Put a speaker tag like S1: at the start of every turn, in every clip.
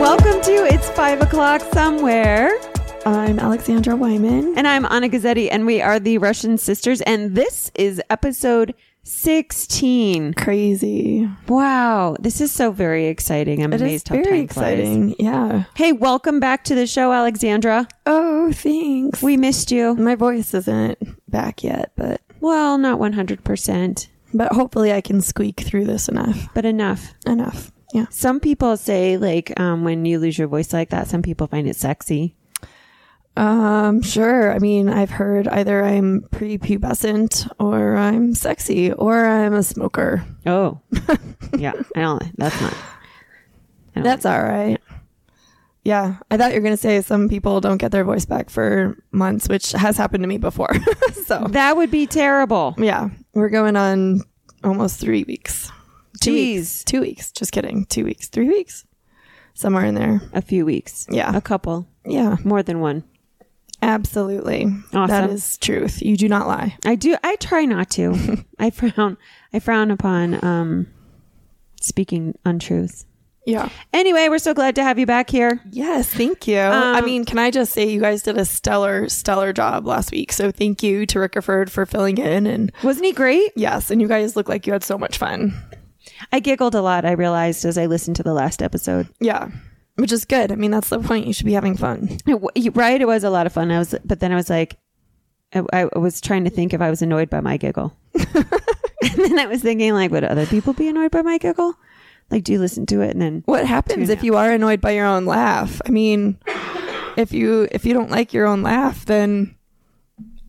S1: Welcome to It's Five O'Clock Somewhere. I'm Alexandra Wyman. And I'm Anna Gazzetti, and we are the Russian Sisters, and this is episode 16.
S2: Crazy.
S1: Wow, this is so very exciting. I'm
S2: It is
S1: amazed how
S2: very
S1: time flies.
S2: exciting. Yeah.
S1: Hey, welcome back to the show, Alexandra.
S2: Oh, thanks.
S1: We missed you.
S2: My voice isn't back yet, but
S1: Well, not 100%,
S2: but hopefully I can squeak through this enough.
S1: but enough.
S2: Enough. Yeah.
S1: Some people say, like, um, when you lose your voice like that, some people find it sexy.
S2: Um, sure. I mean, I've heard either I'm prepubescent or I'm sexy or I'm a smoker.
S1: Oh, yeah. I don't, that's not. I don't
S2: That's all right. Yeah, I thought you were going to say some people don't get their voice back for months, which has happened to me before. so,
S1: That would be terrible.
S2: yeah, we're going on almost 3 weeks. Two
S1: Jeez.
S2: weeks. Two weeks. Just kidding. Two weeks. Three weeks. Somewhere in there.
S1: A few weeks.
S2: Yeah.
S1: A couple.
S2: Yeah.
S1: More than one.
S2: Absolutely. That
S1: Awesome.
S2: is truth. You do not lie.
S1: I do I try not to. I frown I frown upon um speaking untruths.
S2: Yeah.
S1: Anyway, we're so glad to have you back here.
S2: Yes. Thank you. I mean, can I just say you guys did a stellar, stellar job last week. So thank you to Rickerford for filling in. And
S1: Wasn't he great?
S2: yes, and you guys look like you had so much fun.
S1: I giggled a lot, I realized as I listened to the last episode.
S2: Yeah. Which is good. I mean, that's the point. You should be having fun.
S1: It w- you- right, it was a lot of fun. I was but then I was like I, I was trying to think if I was annoyed by my giggle. and then I was thinking like would other people be annoyed by my giggle? Like do you listen to it and then
S2: What happens if you are annoyed by your own laugh? I mean, if you if you don't like your own laugh, then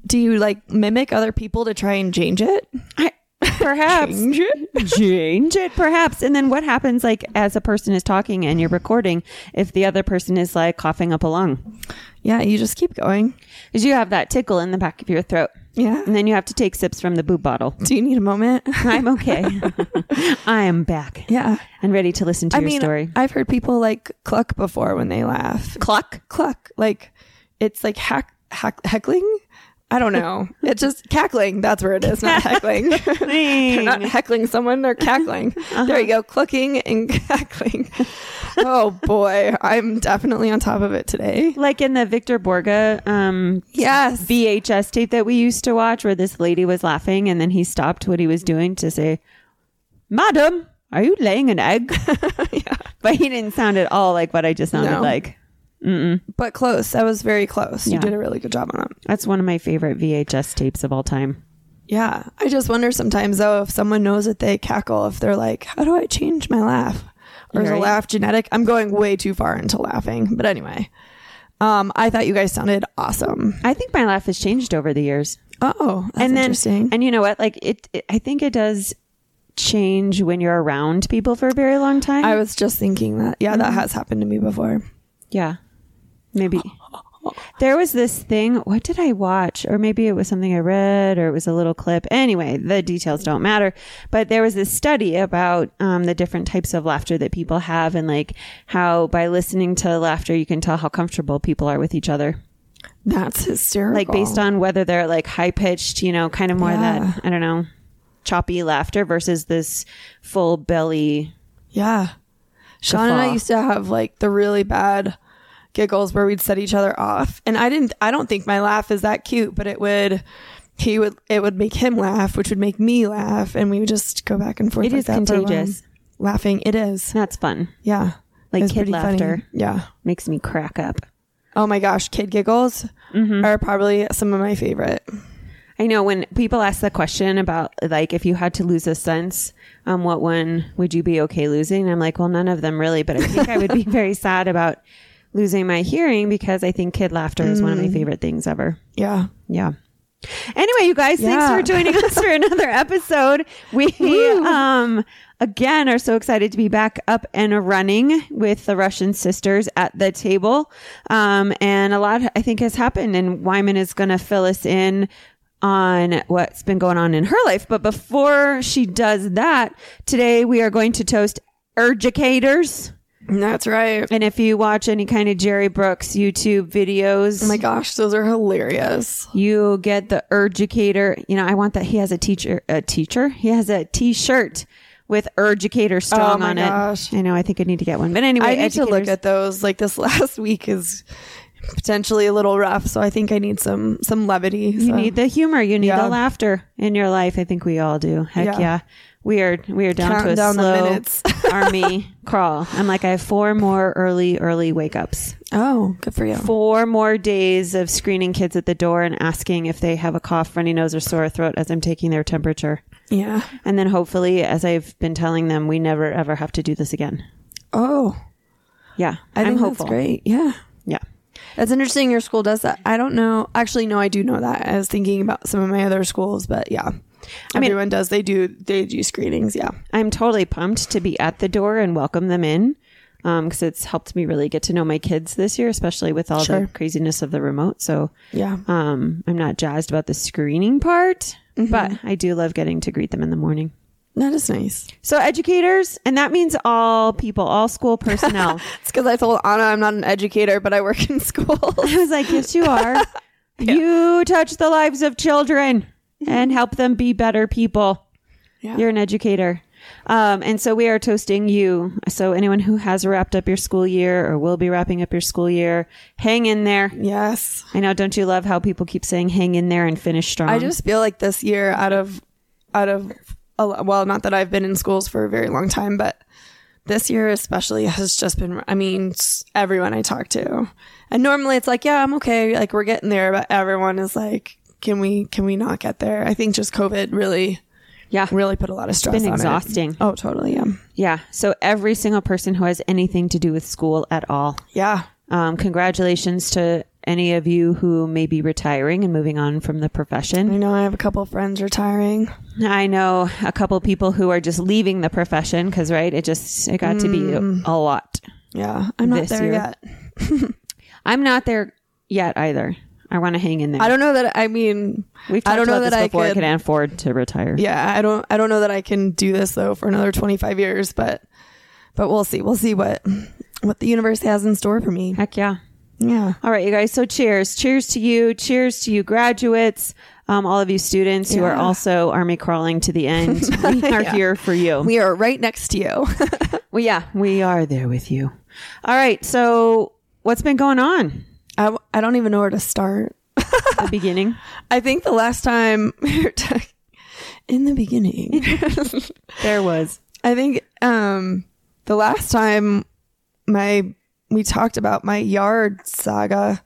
S2: do you like mimic other people to try and change it?
S1: I, perhaps
S2: Change it?
S1: change it perhaps and then what happens like as a person is talking and you're recording if the other person is like coughing up a lung
S2: Yeah, you just keep going.
S1: because you have that tickle in the back of your throat
S2: Yeah.
S1: and then you have to take sips from the boob bottle
S2: Do you need a moment?
S1: i'm okay i am back
S2: yeah.
S1: and ready to listen to
S2: I
S1: your
S2: mean,
S1: story
S2: I've heard people like cluck before when they laugh. Cluck, cluck. Like it's like hack, hack heckling. I don't know. it's just cackling. That's where it is. Not heckling. they're not heckling someone. They're cackling.
S1: Uh-huh.
S2: There you go. Clucking and cackling. oh boy, I'm definitely on top of it today.
S1: like in the victor borga um
S2: Yes.
S1: vhs tape that we used to watch where this lady was laughing and then he stopped what he was doing to say madam are you laying an egg
S2: yeah.
S1: but he didn't sound at all like what I just sounded
S2: No.
S1: like.
S2: But close. That was very close.
S1: Yeah.
S2: You did a really good job on that.
S1: That's one of my favorite VHS tapes of all time.
S2: Yeah. I just wonder sometimes, though, if someone knows that they cackle, if they're like, how do I change my laugh? Or is
S1: Right.
S2: a laugh genetic? I'm going way too far into laughing. But anyway, um, I thought you guys sounded awesome.
S1: I think my laugh has changed over the years.
S2: Oh, that's
S1: and then,
S2: interesting.
S1: and you know what? Like it, it- I think it does change when you're around people for a very long time.
S2: I was just thinking that. Yeah,
S1: Mm-hmm.
S2: that has happened to me before.
S1: yeah, maybe. There was this thing. What did I watch? Or maybe it was something I read, or it was a little clip. Anyway, the details don't matter. But there was this study about um, the different types of laughter that people have, and like how by listening to laughter, you can tell how comfortable people are with each other.
S2: That's hysterical.
S1: like based on whether they're like high pitched, you know, kind of more
S2: Yeah.
S1: that I don't know, choppy laughter versus this full belly.
S2: Yeah. Sean and I
S1: Guffaw.
S2: used to have like the really bad giggles where we'd set each other off. And I didn't I don't think my laugh is that cute, but it would he would it would make him laugh, which would make me laugh, and we would just go back and forth.
S1: It
S2: like
S1: is
S2: that for a while.
S1: contagious.
S2: Laughing. It is.
S1: That's fun.
S2: Yeah.
S1: Like
S2: It's
S1: kid
S2: pretty funny.
S1: laughter.
S2: Yeah.
S1: Makes me crack up.
S2: Oh my gosh, kid giggles
S1: Mm-hmm.
S2: are probably some of my favorite.
S1: I know when people ask the question about like if you had to lose a sense, um, what one would you be okay losing? And I'm like, well, none of them really, but I think I would be very sad about losing my hearing because I think kid laughter is one of my favorite things ever.
S2: Yeah.
S1: Yeah. Anyway, you guys, thanks
S2: Yeah.
S1: for joining us for another episode. We um again are so excited to be back up and running with the Russian sisters at the table. Um and a lot I think has happened and Wyman is going to fill us in on what's been going on in her life. But before she does that, today we are going to toast educators.
S2: That's right.
S1: And if you watch any kind of Jerry Brooks YouTube videos,
S2: Oh my gosh, those are hilarious.
S1: you get the educator. You know, I want that. He has a teacher, a teacher. He has a t-shirt with educator strong
S2: Oh my
S1: on
S2: gosh.
S1: it. I know. I think I need to get one, but anyway,
S2: I need to look
S1: educators-
S2: at those. Like this last week is potentially a little rough, so I think I need some some levity.
S1: you
S2: so.
S1: need the humor. You need
S2: Yeah.
S1: the laughter in your life. I think we all do. Heck yeah.
S2: Yeah.
S1: We are, we are down to a
S2: Counting down the
S1: slow
S2: minutes.
S1: army crawl. I'm like, I have four more early, early wake ups,
S2: oh, good for you.
S1: four more days of screening kids at the door and asking if they have a cough, runny nose or sore throat as I'm taking their temperature.
S2: Yeah.
S1: And then hopefully, as I've been telling them, we never ever have to do this again.
S2: Oh,
S1: Yeah.
S2: I
S1: am
S2: think
S1: hopeful.
S2: that's great. Yeah.
S1: Yeah.
S2: That's interesting. Your school does that. I don't know. Actually, no, I do know that. I was thinking about some of my other schools, but yeah,
S1: mean-
S2: everyone does. They do. They do screenings. Yeah.
S1: I'm totally pumped to be at the door and welcome them in because it's helped me really get to know my kids this year, especially with all the
S2: Sure.
S1: craziness of the remote. So
S2: Yeah.
S1: um, I'm not jazzed about the screening part,
S2: Mm-hmm.
S1: but I do love getting to greet them in the morning.
S2: That is nice.
S1: So, educators, and that means all people, all school personnel.
S2: It's because I told Anna I'm not an educator, but I work in schools.
S1: I was like, yes, you are. You touch the lives of children and help them be better people.
S2: Yeah.
S1: You're an educator. Um, and so we are toasting you. So anyone who has wrapped up your school year or will be wrapping up your school year, hang in there.
S2: yes.
S1: I know. Don't you love how people keep saying hang in there and finish strong?
S2: I just feel like this year out of out of a lo- well, not that I've been in schools for a very long time, but this year especially has just been I mean, s- everyone I talk to. And normally it's like, yeah, I'm okay, like we're getting there, but everyone is like, can we can we not get there? I think just COVID really
S1: yeah.
S2: really put a lot of stress
S1: been
S2: on it.
S1: exhausting.
S2: Oh, totally. Yeah.
S1: Yeah. So every single person who has anything to do with school at all,
S2: Yeah.
S1: um, congratulations to any of you who may be retiring and moving on from the profession.
S2: I know I have a couple of friends retiring.
S1: I know a couple people who are just leaving the profession because, right, it just it got to
S2: Mm.
S1: be a lot.
S2: Yeah. I'm not
S1: This
S2: there
S1: year.
S2: yet.
S1: I'm not there yet either. I want to hang in there.
S2: I don't know that I mean
S1: We've talked
S2: I don't know
S1: about
S2: that
S1: this
S2: I
S1: before. I
S2: could-
S1: can afford to retire.
S2: yeah i don't i don't know that i can do this though for another 25 years but but we'll see we'll see what what the universe has in store for me
S1: Heck yeah.
S2: yeah
S1: All right, you guys. So cheers. Cheers to you. Cheers to you, graduates. Um, all of you students who are
S2: Yeah.
S1: also army crawling to the end. We are here for you.
S2: we are right next to you
S1: well, yeah, we are there with you. All right. So what's been going on?
S2: I, w- I don't even know where to start
S1: The beginning.
S2: i think the last time we were talking in the beginning
S1: There was.
S2: i think um the last time my we talked about my yard saga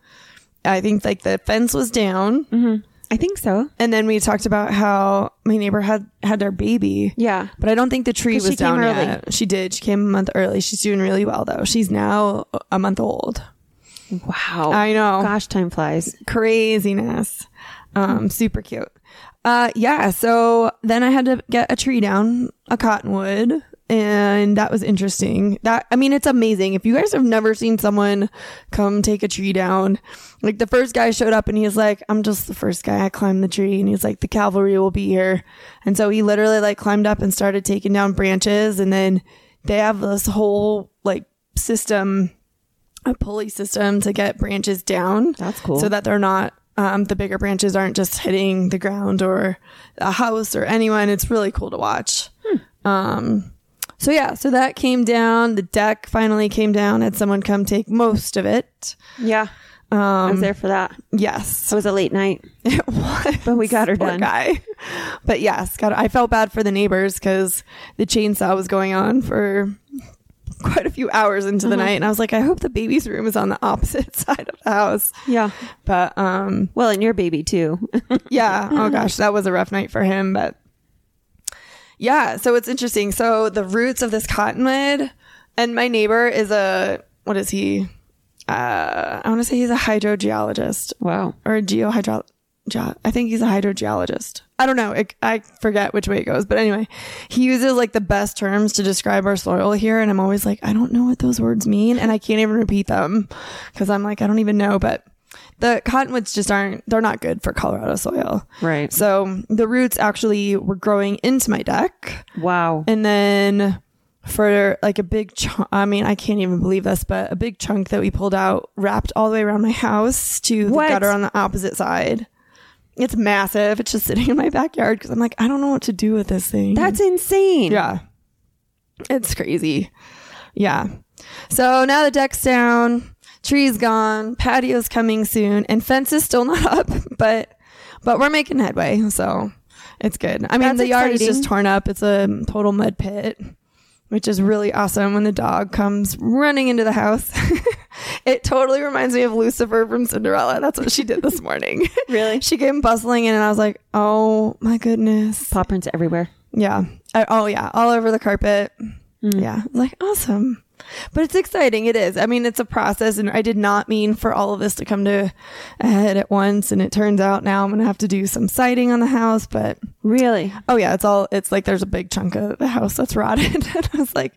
S2: i think like the fence was down
S1: I think so.
S2: and then we talked about how my neighbor had had their baby
S1: Yeah.
S2: But I don't think the tree
S1: 'Cause
S2: was
S1: she came
S2: down
S1: early.
S2: yet. She did. She came a month early. She's doing really well though. She's now a month old.
S1: Wow.
S2: I know.
S1: Gosh, time flies.
S2: Craziness. Um, super cute. Uh, yeah. So then I had to get a tree down, a cottonwood, and that was interesting. That I mean, it's amazing. If you guys have never seen someone come take a tree down, like the first guy showed up and he's like, "I'm just the first guy. I climbed the tree," and he's like, "The cavalry will be here," and so he literally like climbed up and started taking down branches, and then they have this whole like system a pulley system to get branches down.
S1: That's cool.
S2: So that they're not um, the bigger branches aren't just hitting the ground or a house or anyone. It's really cool to watch.
S1: Hmm.
S2: Um, so yeah, so that came down. The deck finally came down. Had someone come take most of it.
S1: Yeah. I was there for that.
S2: Yes,
S1: It was a late night,
S2: it was.
S1: but we got her
S2: Poor
S1: done.
S2: guy. But yes, God, I felt bad for the neighbors because the chainsaw was going on for quite a few hours into
S1: Uh-huh.
S2: the night, and I was like, I hope the baby's room is on the opposite side of the house.
S1: Yeah.
S2: But um,
S1: Well, and your baby too.
S2: yeah. Oh gosh, that was a rough night for him. But yeah, so it's interesting. So the roots of this cottonwood, and my neighbor is a what is he? Uh, I want to say he's a hydrogeologist
S1: wow.
S2: or a geohydro ge- I think he's a hydrogeologist. I don't know. It, I forget which way it goes, but anyway, he uses like the best terms to describe our soil here, and I'm always like, I don't know what those words mean, and I can't even repeat them because I'm like, I don't even know. But the cottonwoods just aren't they're not good for Colorado soil.
S1: Right.
S2: So the roots actually were growing into my deck,
S1: Wow.
S2: and then for like a big chunk, I mean, I can't even believe this, but a big chunk that we pulled out wrapped all the way around my house to the
S1: What?
S2: gutter on the opposite side. It's massive. It's just sitting in my backyard because I'm like, I don't know what to do with this thing.
S1: That's insane.
S2: yeah, it's crazy. Yeah. So now the deck's down, tree's gone, patio's coming soon, and fence is still not up, but but we're making headway. So it's good. I mean,
S1: That's
S2: the yard is
S1: exciting.
S2: just torn up. It's a total mud pit, which is really awesome when the dog comes running into the house. it totally reminds me of Lucifer from Cinderella. That's what she did this morning.
S1: Really?
S2: she came bustling in, and I was like, oh my goodness.
S1: Paw prints everywhere.
S2: Yeah. I, oh, yeah. All over the carpet.
S1: Mm.
S2: Yeah. Like, awesome. But it's exciting. It is. I mean, it's a process. And I did not mean for all of this to come to a head at once. And it turns out now I'm going to have to do some siding on the house. But
S1: Really?
S2: oh, yeah. It's all, it's like there's a big chunk of the house that's rotted. and I was like,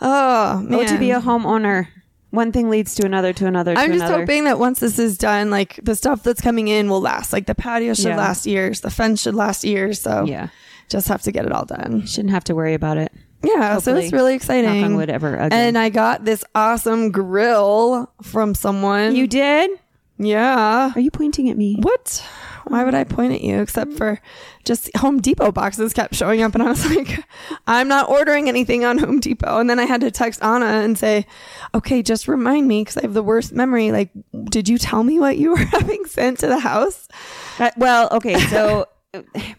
S2: oh, man.
S1: Oh, to be a homeowner. One thing leads to another, to another, to
S2: I'm just
S1: another.
S2: hoping that once this is done, like the stuff that's coming in will last. Like the patio should
S1: Yeah.
S2: last years, the fence should last years. So
S1: Yeah.
S2: just have to get it all done.
S1: Shouldn't have to worry about it.
S2: Yeah, so
S1: Hopefully.
S2: it's really exciting.
S1: Knock on wood ever again.
S2: And I got this awesome grill from someone.
S1: you did?
S2: yeah.
S1: Are you pointing at me?
S2: What? Why would I point at you except for just Home Depot boxes kept showing up and I was like, I'm not ordering anything on Home Depot. And then I had to text Anna and say, okay, just remind me because I have the worst memory. Like, did you tell me what you were having sent to the house?
S1: Uh, well, okay, so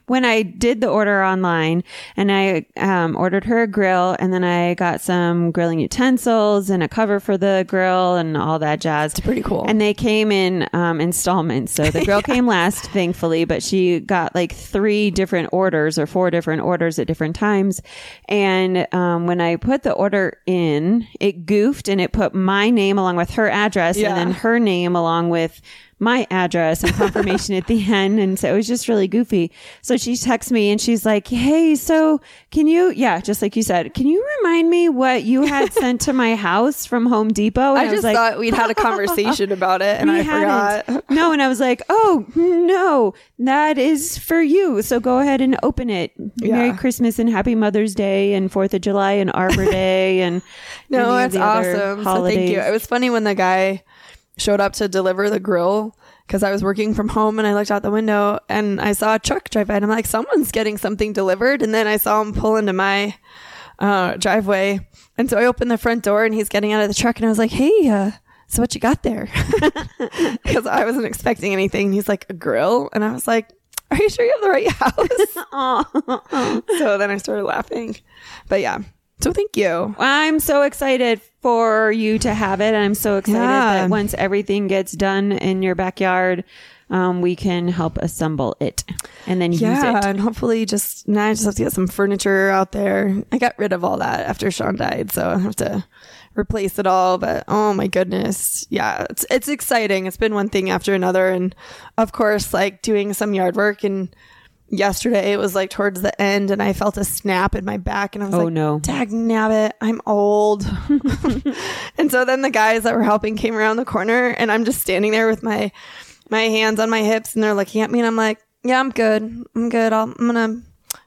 S1: when I did the order online and I um, ordered her a grill and then I got some grilling utensils and a cover for the grill and all that jazz. It's
S2: pretty cool.
S1: And they came in um, installments. So the grill came last, thankfully, but she got like three different orders or four different orders at different times. And um, when I put the order in, it goofed and it put my name along with her address
S2: Yeah.
S1: and then her name along with my address and confirmation at the end. And so it was just really goofy. So she texts me and she's like, Hey, so can you, yeah, just like you said, can you remind me what you had sent to my house from Home Depot? And
S2: I, just
S1: was like,
S2: thought we'd had a conversation about it and
S1: "We
S2: I
S1: hadn't."
S2: forgot.
S1: No. And I was like, Oh, no, that is for you. So go ahead and open it. Merry
S2: Yeah.
S1: Christmas and Happy Mother's Day and Fourth of July and Arbor Day. And
S2: No,
S1: any of
S2: that's
S1: the other
S2: awesome. So thank you.
S1: holidays.
S2: It was funny when the guy showed up to deliver the grill because I was working from home and I looked out the window and I saw a truck drive by and I'm like, someone's getting something delivered. And then I saw him pull into my uh, driveway. And so I opened the front door and he's getting out of the truck and I was like, hey, uh, so what you got there? Because I wasn't expecting anything. And he's like, a grill? And I was like, are you sure you have the right house? so then I started laughing. But yeah. So thank you.
S1: I'm so excited for you to have it. And I'm so excited
S2: Yeah.
S1: that once everything gets done in your backyard, um, we can help assemble it and then
S2: Yeah,
S1: use it.
S2: and hopefully just now I just have to get some furniture out there. I got rid of all that after Sean died, so I have to replace it all. But oh my goodness, yeah, it's it's exciting. It's been one thing after another, and of course, like doing some yard work. And yesterday it was like towards the end, and I felt a snap in my back, and I was
S1: Oh,
S2: like,
S1: no.
S2: dag nabbit, I'm old. and so then the guys that were helping came around the corner and I'm just standing there with my my hands on my hips and they're looking at me and I'm like, Yeah, I'm good. I'm good. I'll, I'm gonna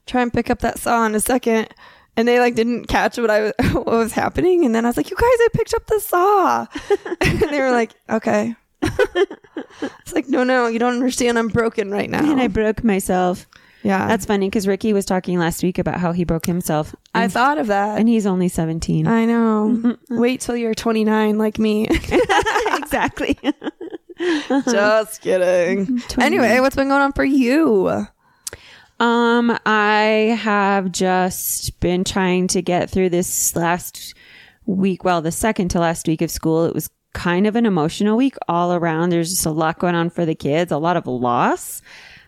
S2: try and pick up that saw in a second. And they like didn't catch what I was, what was happening. And then I was like, You guys, I picked up the saw. and they were like, Okay. it's like, no, no, you don't understand. I'm broken right now.
S1: And I broke myself.
S2: yeah.
S1: That's funny because Ricky was talking last week about how he broke himself.
S2: I
S1: And,
S2: thought of that.
S1: and he's only 17.
S2: I know. Wait till you're 29 like me.
S1: exactly.
S2: Just kidding. Anyway, what's been going on for you?
S1: Um, I have just been trying to get through this last week. Well, the second to last week of school, it was kind of an emotional week all around. There's just a lot going on for the kids, a lot of loss.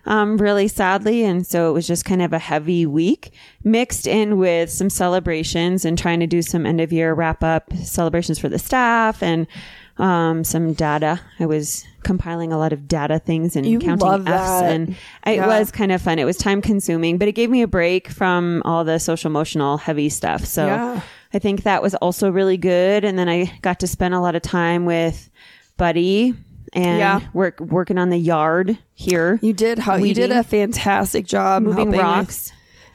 S1: Um, really sadly. And so it was just kind of a heavy week mixed in with some celebrations and trying to do some end of year wrap up celebrations for the staff and um, some data. I was compiling a lot of data things and
S2: You
S1: counting F's,
S2: love that.
S1: and it
S2: Yeah.
S1: was kind of fun. It was time consuming, but it gave me a break from all the social emotional heavy stuff. So
S2: Yeah.
S1: I think that was also really good. And then I got to spend a lot of time with Buddy and
S2: Yeah.
S1: work working on the yard here,
S2: You did how you did
S1: Weeding.
S2: a fantastic job
S1: moving
S2: helping with-
S1: rocks.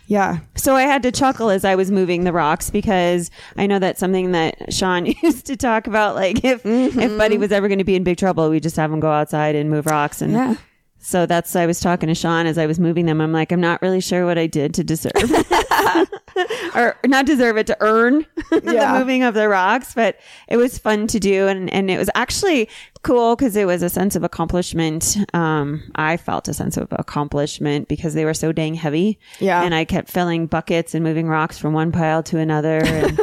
S2: yeah.
S1: So I had to chuckle as I was moving the rocks because I know that's something that Sean used to talk about. Like if if
S2: Mm-hmm.
S1: Buddy was ever going to be in big trouble, we just have him go outside and move rocks. And
S2: Yeah.
S1: so that's I was talking to Sean as I was moving them. I'm like, I'm not really sure what I did to deserve, or not deserve it to earn the
S2: Yeah.
S1: moving of the rocks. But it was fun to do, and and it was actually cool because it was a sense of accomplishment. Um, I felt a sense of accomplishment because they were so dang heavy.
S2: Yeah.
S1: and I kept filling buckets and moving rocks from one pile to another. And,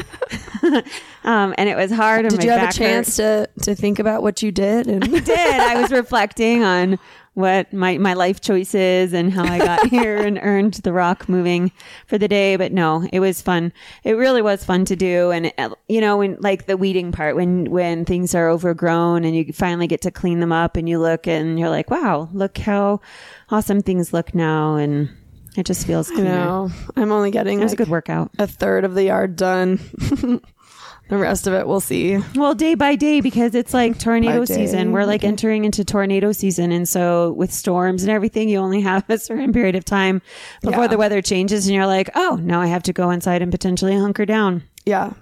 S1: um, and it was hard. and
S2: Did
S1: my
S2: you have a
S1: back hurt
S2: chance to to think about what you did and
S1: did. I was reflecting on what my, my life choices and how I got here and earned the rock moving for the day. But no, it was fun. It really was fun to do. And, uh, you know, when like the weeding part, when, when things are overgrown and you finally get to clean them up and you look and you're like, wow, look how awesome things look now. And it just feels cleaner.
S2: No, I'm only getting
S1: It was
S2: like,
S1: a good workout.
S2: a third of the yard done. the rest of it we'll see.
S1: Well, day by day, because it's like tornado
S2: By day,
S1: season. We're like entering into tornado season. And so with storms and everything, you only have a certain period of time before
S2: Yeah.
S1: the weather changes. And you're like, oh, now I have to go inside and potentially hunker down
S2: Yeah.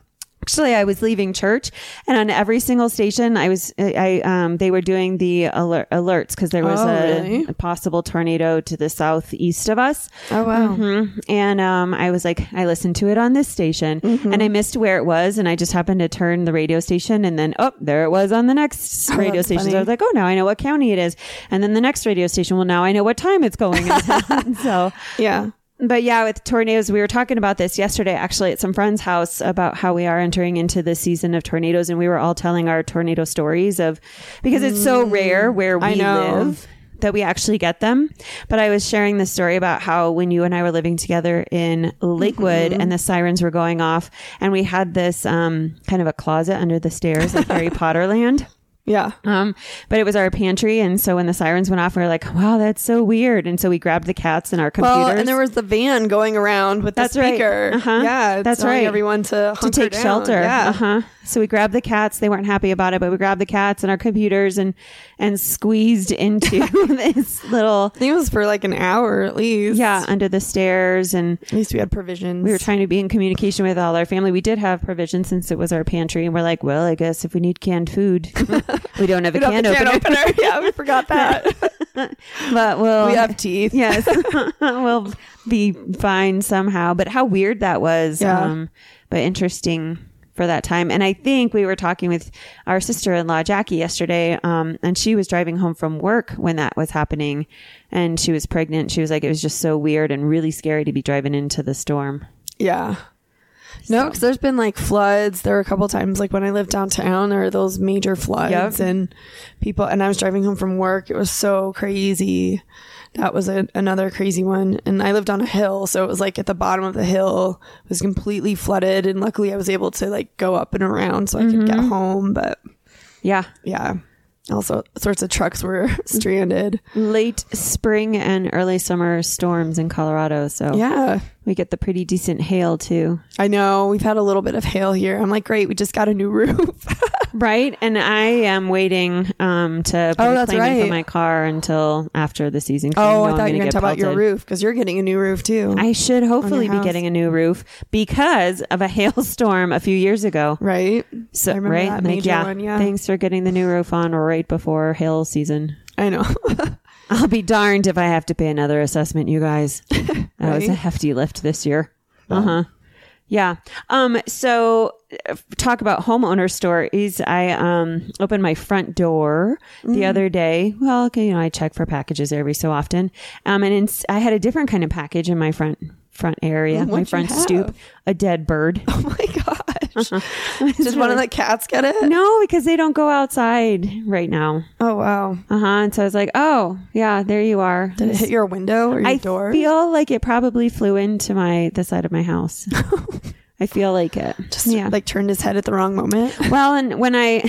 S1: actually i was leaving church and on every single station i was i um they were doing the alert, alerts because there was
S2: Oh,
S1: a,
S2: really?
S1: a possible tornado to the southeast of us
S2: Oh, wow.
S1: Mhm. and um i was like i listened to it on this station
S2: Mm-hmm.
S1: and i missed where it was and i just happened to turn the radio station and then oh there it was on the next radio
S2: that's
S1: station so
S2: funny.
S1: i was like oh now i know what county it is and then the next radio station well now i know what time it's going in. so
S2: Yeah.
S1: but yeah, with tornadoes, we were talking about this yesterday actually at some friend's house about how we are entering into the season of tornadoes, and we were all telling our tornado stories of because it's so rare where we
S2: Mm. I know.
S1: live that we actually get them. But I was sharing the story about how when you and I were living together in Lakewood
S2: Mm-hmm.
S1: and the sirens were going off, and we had this um, kind of a closet under the stairs, like Harry Potter land.
S2: Yeah.
S1: Um, but it was our pantry, and so when the sirens went off, we were like, "Wow, that's so weird!" And so we grabbed the cats and our computers.
S2: Well, and there was the van going around with
S1: That's
S2: the
S1: right.
S2: speaker.
S1: Uh-huh.
S2: Yeah, it's
S1: That's
S2: telling
S1: right.
S2: Everyone to
S1: to
S2: hunker
S1: take
S2: down.
S1: shelter.
S2: Yeah,
S1: Uh-huh. So we grabbed the cats. They weren't happy about it, but we grabbed the cats and our computers and and squeezed into this little
S2: I think it was for like an hour at least.
S1: yeah under the stairs and
S2: at least we had provisions.
S1: we were trying to be in communication with all our family. We did have provisions since it was our pantry, and we're like, well, I guess if we need canned food, we don't have a
S2: We don't
S1: can
S2: have the
S1: opener,
S2: opener. yeah, we forgot that.
S1: but we'll
S2: we have teeth.
S1: yes, we'll be fine somehow. But how weird that was.
S2: Yeah.
S1: Um, but interesting for that time. And I think we were talking with our sister in law, Jackie, yesterday. Um, and she was driving home from work when that was happening. And she was pregnant. She was like, it was just so weird and really scary to be driving into the storm.
S2: Yeah. No, because there's been like floods. There were a couple times, like when I lived downtown, there were those major floods,
S1: Yep.
S2: and people. And I was driving home from work. It was so crazy. That was a, another crazy one. And I lived on a hill, so it was like at the bottom of the hill. It was completely flooded, and luckily I was able to like go up and around so I could get home. But
S1: Yeah.
S2: yeah, also sorts of trucks were stranded.
S1: Late spring and early summer storms in Colorado. So
S2: Yeah,
S1: we get the pretty decent hail too.
S2: I know. We've had a little bit of hail here. I'm like, great, we just got a new roof.
S1: Right, and I am waiting um, to put
S2: Oh,
S1: a
S2: that's
S1: claim in for
S2: right.
S1: my car until after the season. 'cause
S2: Oh,
S1: know I'm
S2: I thought you were
S1: gonna
S2: going
S1: get
S2: to talk about your
S1: pelted.
S2: roof because you're getting a new roof too.
S1: I should hopefully be
S2: house.
S1: getting a new roof because of a hailstorm a few years ago.
S2: right?
S1: So,
S2: I remember
S1: right,
S2: that
S1: Like,
S2: major
S1: yeah.
S2: one, yeah.
S1: Thanks for getting the new roof on right before hail season.
S2: I know. oh
S1: I'll be darned if I have to pay another assessment, you guys. That was a
S2: Right?
S1: hefty lift this year. Uh huh. Yeah. Um. So, uh, talk about homeowner stories. I um opened my front door
S2: Mm.
S1: the other day. Well, okay, you know, I check for packages every so often. Um, and in, I had a different kind of package in my front front area, my
S2: what'd you
S1: front
S2: have?
S1: stoop, a dead bird.
S2: oh my gosh. Did one of the cats get it?
S1: no, because they don't go outside right now.
S2: Oh wow.
S1: Uh huh. And so I was like, oh yeah, there you are.
S2: Did it hit your window or your
S1: I
S2: door?
S1: feel like it probably flew into my the side of my house. I feel like it.
S2: just
S1: yeah.
S2: like turned his head at the wrong moment.
S1: well, and when I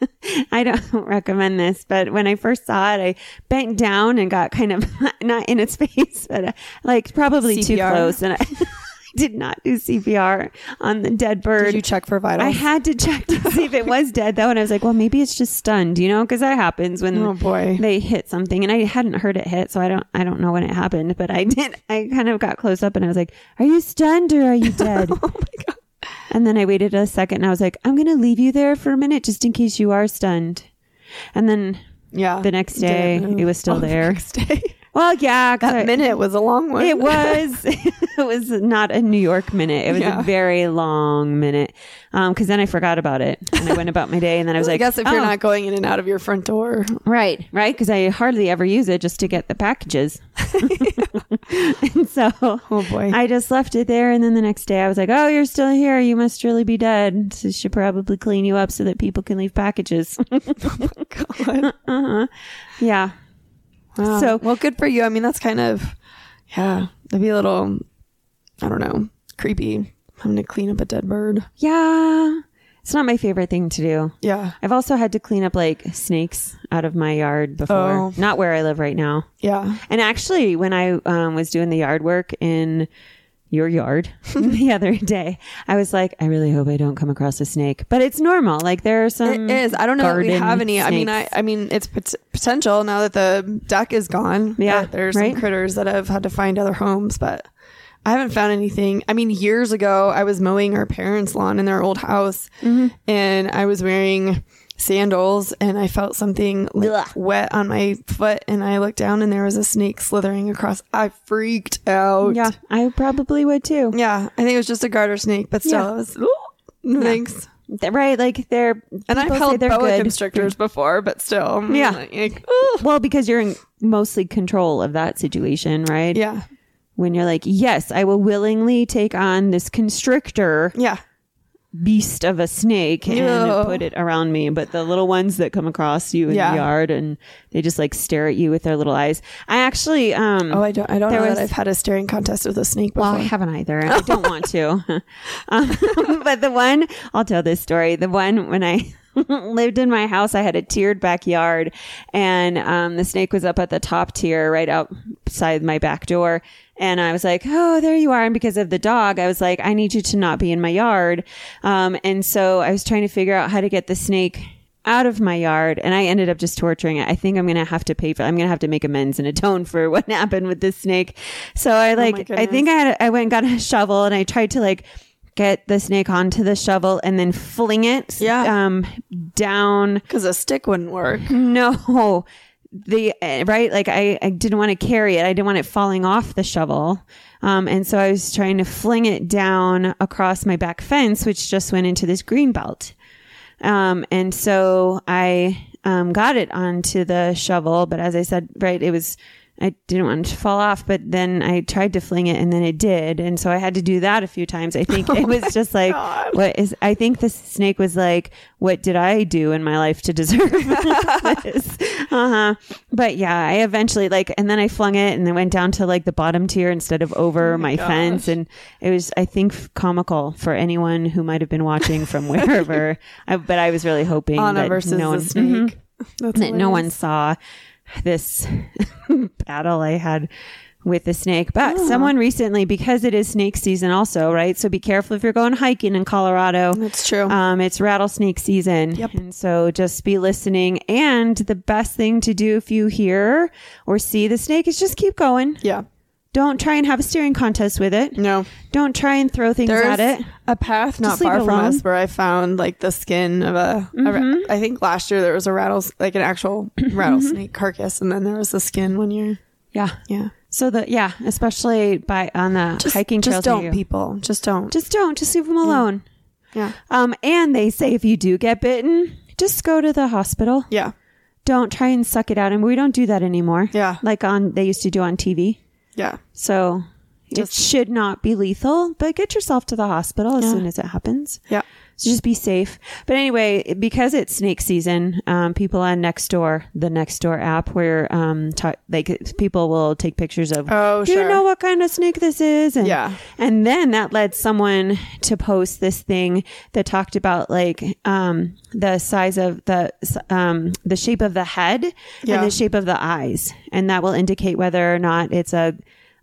S1: I don't recommend this, but when I first saw it, I bent down and got kind of not in its face, but uh, like probably too
S2: CPR?
S1: close. And I did not do CPR on the dead bird.
S2: Did you check for vitals?
S1: I had to check to see if it was dead though, and I was like, well, maybe it's just stunned, you know, because that happens when
S2: Oh, boy.
S1: they hit something. And I hadn't heard it hit, so I don't I don't know when it happened, but I did. I kind of got close up and I was like, are you stunned or are you dead? oh my god! And then I waited a second and I was like, I'm gonna leave you there for a minute just in case you are stunned. And then
S2: yeah.
S1: the next day,
S2: Didn't move.
S1: it was still
S2: Oh, the
S1: there.
S2: next day.
S1: well, yeah, 'cause I-
S2: That minute was a long one.
S1: it was. it was not a New York minute. It was
S2: Yeah.
S1: a very long minute. Um, because then I forgot about it and I went about my day, and then I was
S2: I
S1: like,
S2: guess if you're
S1: "Oh,
S2: not going in and out of your front door,
S1: right, right," because I hardly ever use it just to get the packages. and so,
S2: oh boy,
S1: I just left it there, and then the next day I was like, "Oh, you're still here. You must really be dead. So should probably clean you up so that people can leave packages."
S2: Oh God.
S1: uh-huh. Yeah.
S2: Wow.
S1: So-
S2: Um, well, good for you. I mean, that's kind of yeah, it'd be a little, I don't know, creepy. Having to clean up a dead bird.
S1: Yeah. It's not my favorite thing to do.
S2: Yeah,
S1: I've also had to clean up like snakes out of my yard before.
S2: Oh.
S1: Not where I live right now.
S2: yeah.
S1: And actually, when I um, was doing the yard work in your yard the other day, I was like, I really hope I don't come across a snake. But it's normal. Like there are some.
S2: It is. I don't know if we
S1: garden
S2: have any. I mean, I,
S1: snakes.
S2: I mean, it's pot- potential now that the deck is gone.
S1: Yeah,
S2: that there's
S1: right?
S2: some critters that have had to find other homes, but I haven't found anything. I mean, years ago, I was mowing our parents' lawn in their old house,
S1: Mm-hmm.
S2: and I was wearing sandals, and I felt something like, wet on my foot, and I looked down, and there was a snake slithering across. I freaked out.
S1: Yeah, I probably would too.
S2: yeah. I think it was just a garter snake, but still,
S1: Yeah.
S2: I was. "Ooh, no Thanks.
S1: Th- Right? Like they're.
S2: And I've
S1: people say
S2: held
S1: they're
S2: boa
S1: good.
S2: constrictors before, but still, I'm
S1: Yeah.
S2: like, eh. "Ooh."
S1: Well, because you're in mostly control of that situation, right?
S2: yeah,
S1: When you're like, yes, I will willingly take on this constrictor.
S2: yeah,
S1: beast of a snake and
S2: Ew.
S1: put it around me. But the little ones that come across you in
S2: Yeah.
S1: the yard and they just like stare at you with their little eyes. I actually, um,
S2: Oh, I don't, I don't
S1: There
S2: know
S1: was-
S2: that I've had a staring contest with a snake
S1: well,
S2: before.
S1: I haven't either. and I don't want to. um, but the one, I'll tell this story. The one when I lived in my house, I had a tiered backyard and um, the snake was up at the top tier right outside my back door. And I was like, oh, there you are. And because of the dog, I was like, I need you to not be in my yard. Um, and so I was trying to figure out how to get the snake out of my yard and I ended up just torturing it. I think I'm going to have to pay for I'm going to have to make amends and atone for what happened with this snake. So I like I think I had I went and got a shovel and I tried to like get the snake onto the shovel and then fling it
S2: Yeah.
S1: um down
S2: because a stick wouldn't work.
S1: Mm-hmm. no the eh, right like I, I didn't want to carry it i didn't want it falling off the shovel um, and so i was trying to fling it down across my back fence which just went into this green belt um, and so i um, got it onto the shovel but as i said right it was i didn't want it to fall off but then i tried to fling it and then it did and so i had to do that a few times i think it was just like what is i think the snake was like what did i do in my life to deserve this uh-huh but yeah i eventually like and then i flung it and then went down to like the bottom tier instead of
S2: Oh
S1: over my, fence and it was i think f- comical for anyone who might have been watching from wherever I, but i was really hoping
S2: Anna
S1: that
S2: versus
S1: no
S2: the
S1: one
S2: snake.
S1: Mhm
S2: That's
S1: that no
S2: hilarious.
S1: one saw this battle I had with the snake. But
S2: Oh.
S1: someone recently, because it is snake season, also right. So be careful if you're going hiking in Colorado.
S2: That's true.
S1: Um, it's rattlesnake season,
S2: Yep.
S1: and so just be listening. And the best thing to do if you hear or see the snake is just keep going.
S2: yeah.
S1: Don't try and have a steering contest with it.
S2: No.
S1: Don't try and throw things
S2: There's
S1: at it.
S2: a path not
S1: Just leave
S2: far
S1: it
S2: from
S1: alone.
S2: us where I found like the skin of a. a ra-
S1: Mm-hmm.
S2: I think last year there was a rattles like an actual rattlesnake carcass, and then there was the skin one year.
S1: Yeah.
S2: Yeah.
S1: So the yeah, especially by on the hiking trails.
S2: Just
S1: near
S2: don't,
S1: you.
S2: people. Just don't.
S1: Just don't. Just leave them alone.
S2: yeah.
S1: Um, and they say if you do get bitten, just go to the hospital.
S2: Yeah.
S1: Don't try and suck it out. And we don't do that anymore.
S2: Yeah.
S1: Like on they used to do on TV.
S2: Yeah.
S1: So it should not be lethal, but get yourself to the hospital as soon as it happens.
S2: Yeah.
S1: So just be safe. But anyway, because it's snake season, um, people on Nextdoor, the Nextdoor app, where um, ta- like people will take pictures of,
S2: Oh,
S1: do you
S2: sure.
S1: know what kind of snake this is? And,
S2: Yeah.
S1: And then that led someone to post this thing that talked about like um, the size of the um, the shape of the head
S2: Yeah.
S1: and the shape of the eyes, and that will indicate whether or not it's a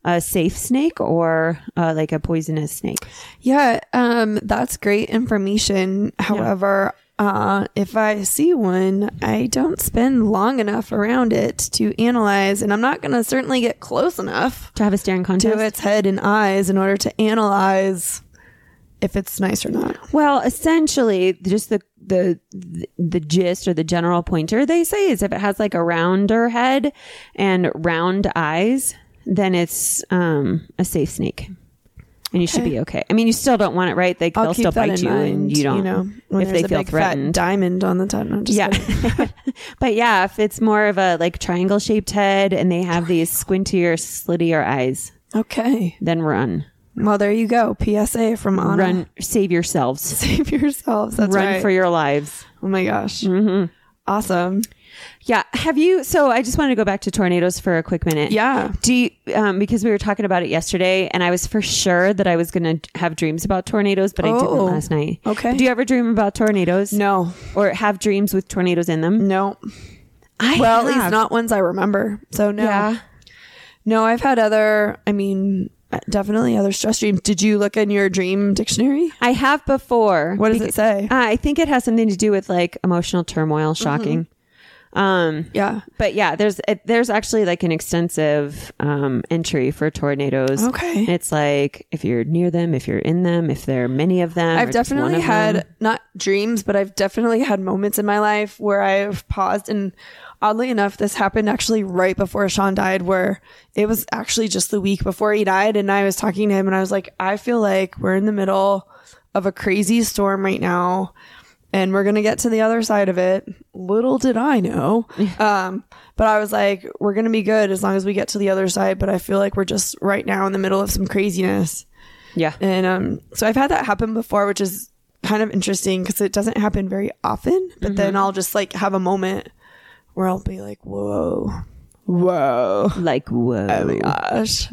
S1: a safe snake or uh, like a poisonous snake.
S2: Yeah, um, that's great information. However, uh, if I see one, I don't spend long enough around it to analyze, and I'm not going to certainly get close enough
S1: To have a staring contest.
S2: to its head and eyes in order to analyze if it's nice or not.
S1: Well, essentially, just the the the gist or the general pointer they say is if it has like a rounder head and round eyes, then it's um, a safe snake, and you should be okay. I mean, you still don't want it, right? They,
S2: I'll
S1: they'll
S2: keep
S1: still
S2: that
S1: bite
S2: in
S1: you,
S2: mind.
S1: and you don't.
S2: you know when
S1: if
S2: there's
S1: they
S2: a
S1: feel
S2: big fat
S1: threatened,
S2: diamond on the top. No, just
S1: yeah.
S2: kidding.
S1: but yeah, if it's more of a like triangle shaped head and they have these squintier, slittier eyes,
S2: Okay.
S1: then run,
S2: Well, there you go. PSA from Anna.
S1: run, save yourselves,
S2: Save yourselves. That's
S1: run
S2: right.
S1: for your lives.
S2: oh my gosh. Mm-hmm. Awesome.
S1: Yeah. Have you? So I just wanted to go back to tornadoes for a quick minute.
S2: Yeah.
S1: Do you, um, because we were talking about it yesterday, and I was for sure that I was going to have dreams about tornadoes, but I didn't
S2: Oh.
S1: last night.
S2: Okay.
S1: Do you ever dream about tornadoes?
S2: No.
S1: Or have dreams with tornadoes in them?
S2: No.
S1: I
S2: Well, at least
S1: have.
S2: not ones I remember. So no.
S1: Yeah.
S2: No, I've had other. I mean, definitely other stress dreams. Did you look in your dream dictionary?
S1: I have before.
S2: What does it say?
S1: Uh, I think it has something to do with like emotional turmoil,
S2: Mm-hmm.
S1: shocking. Um,
S2: Yeah.
S1: but yeah, there's it, there's actually like an extensive um, entry for tornadoes.
S2: Okay.
S1: it's like if you're near them, if you're in them, if there are many of them.
S2: I've
S1: or just one
S2: definitely
S1: of them.
S2: had not dreams, but I've definitely had moments in my life where I've paused and oddly enough, this happened actually right before Sean died where it was actually just the week before he died and I was talking to him and I was like, I feel like we're in the middle of a crazy storm right now and we're gonna get to the other side of it. Little did I know. Um, but I was like, we're gonna be good as long as we get to the other side, but I feel like we're just right now in the middle of some craziness.
S1: yeah.
S2: And um, so I've had that happen before, which is kind of interesting because it doesn't happen very often. But then I'll just like have a moment where I'll be like, whoa, whoa,
S1: Like whoa.
S2: oh my gosh.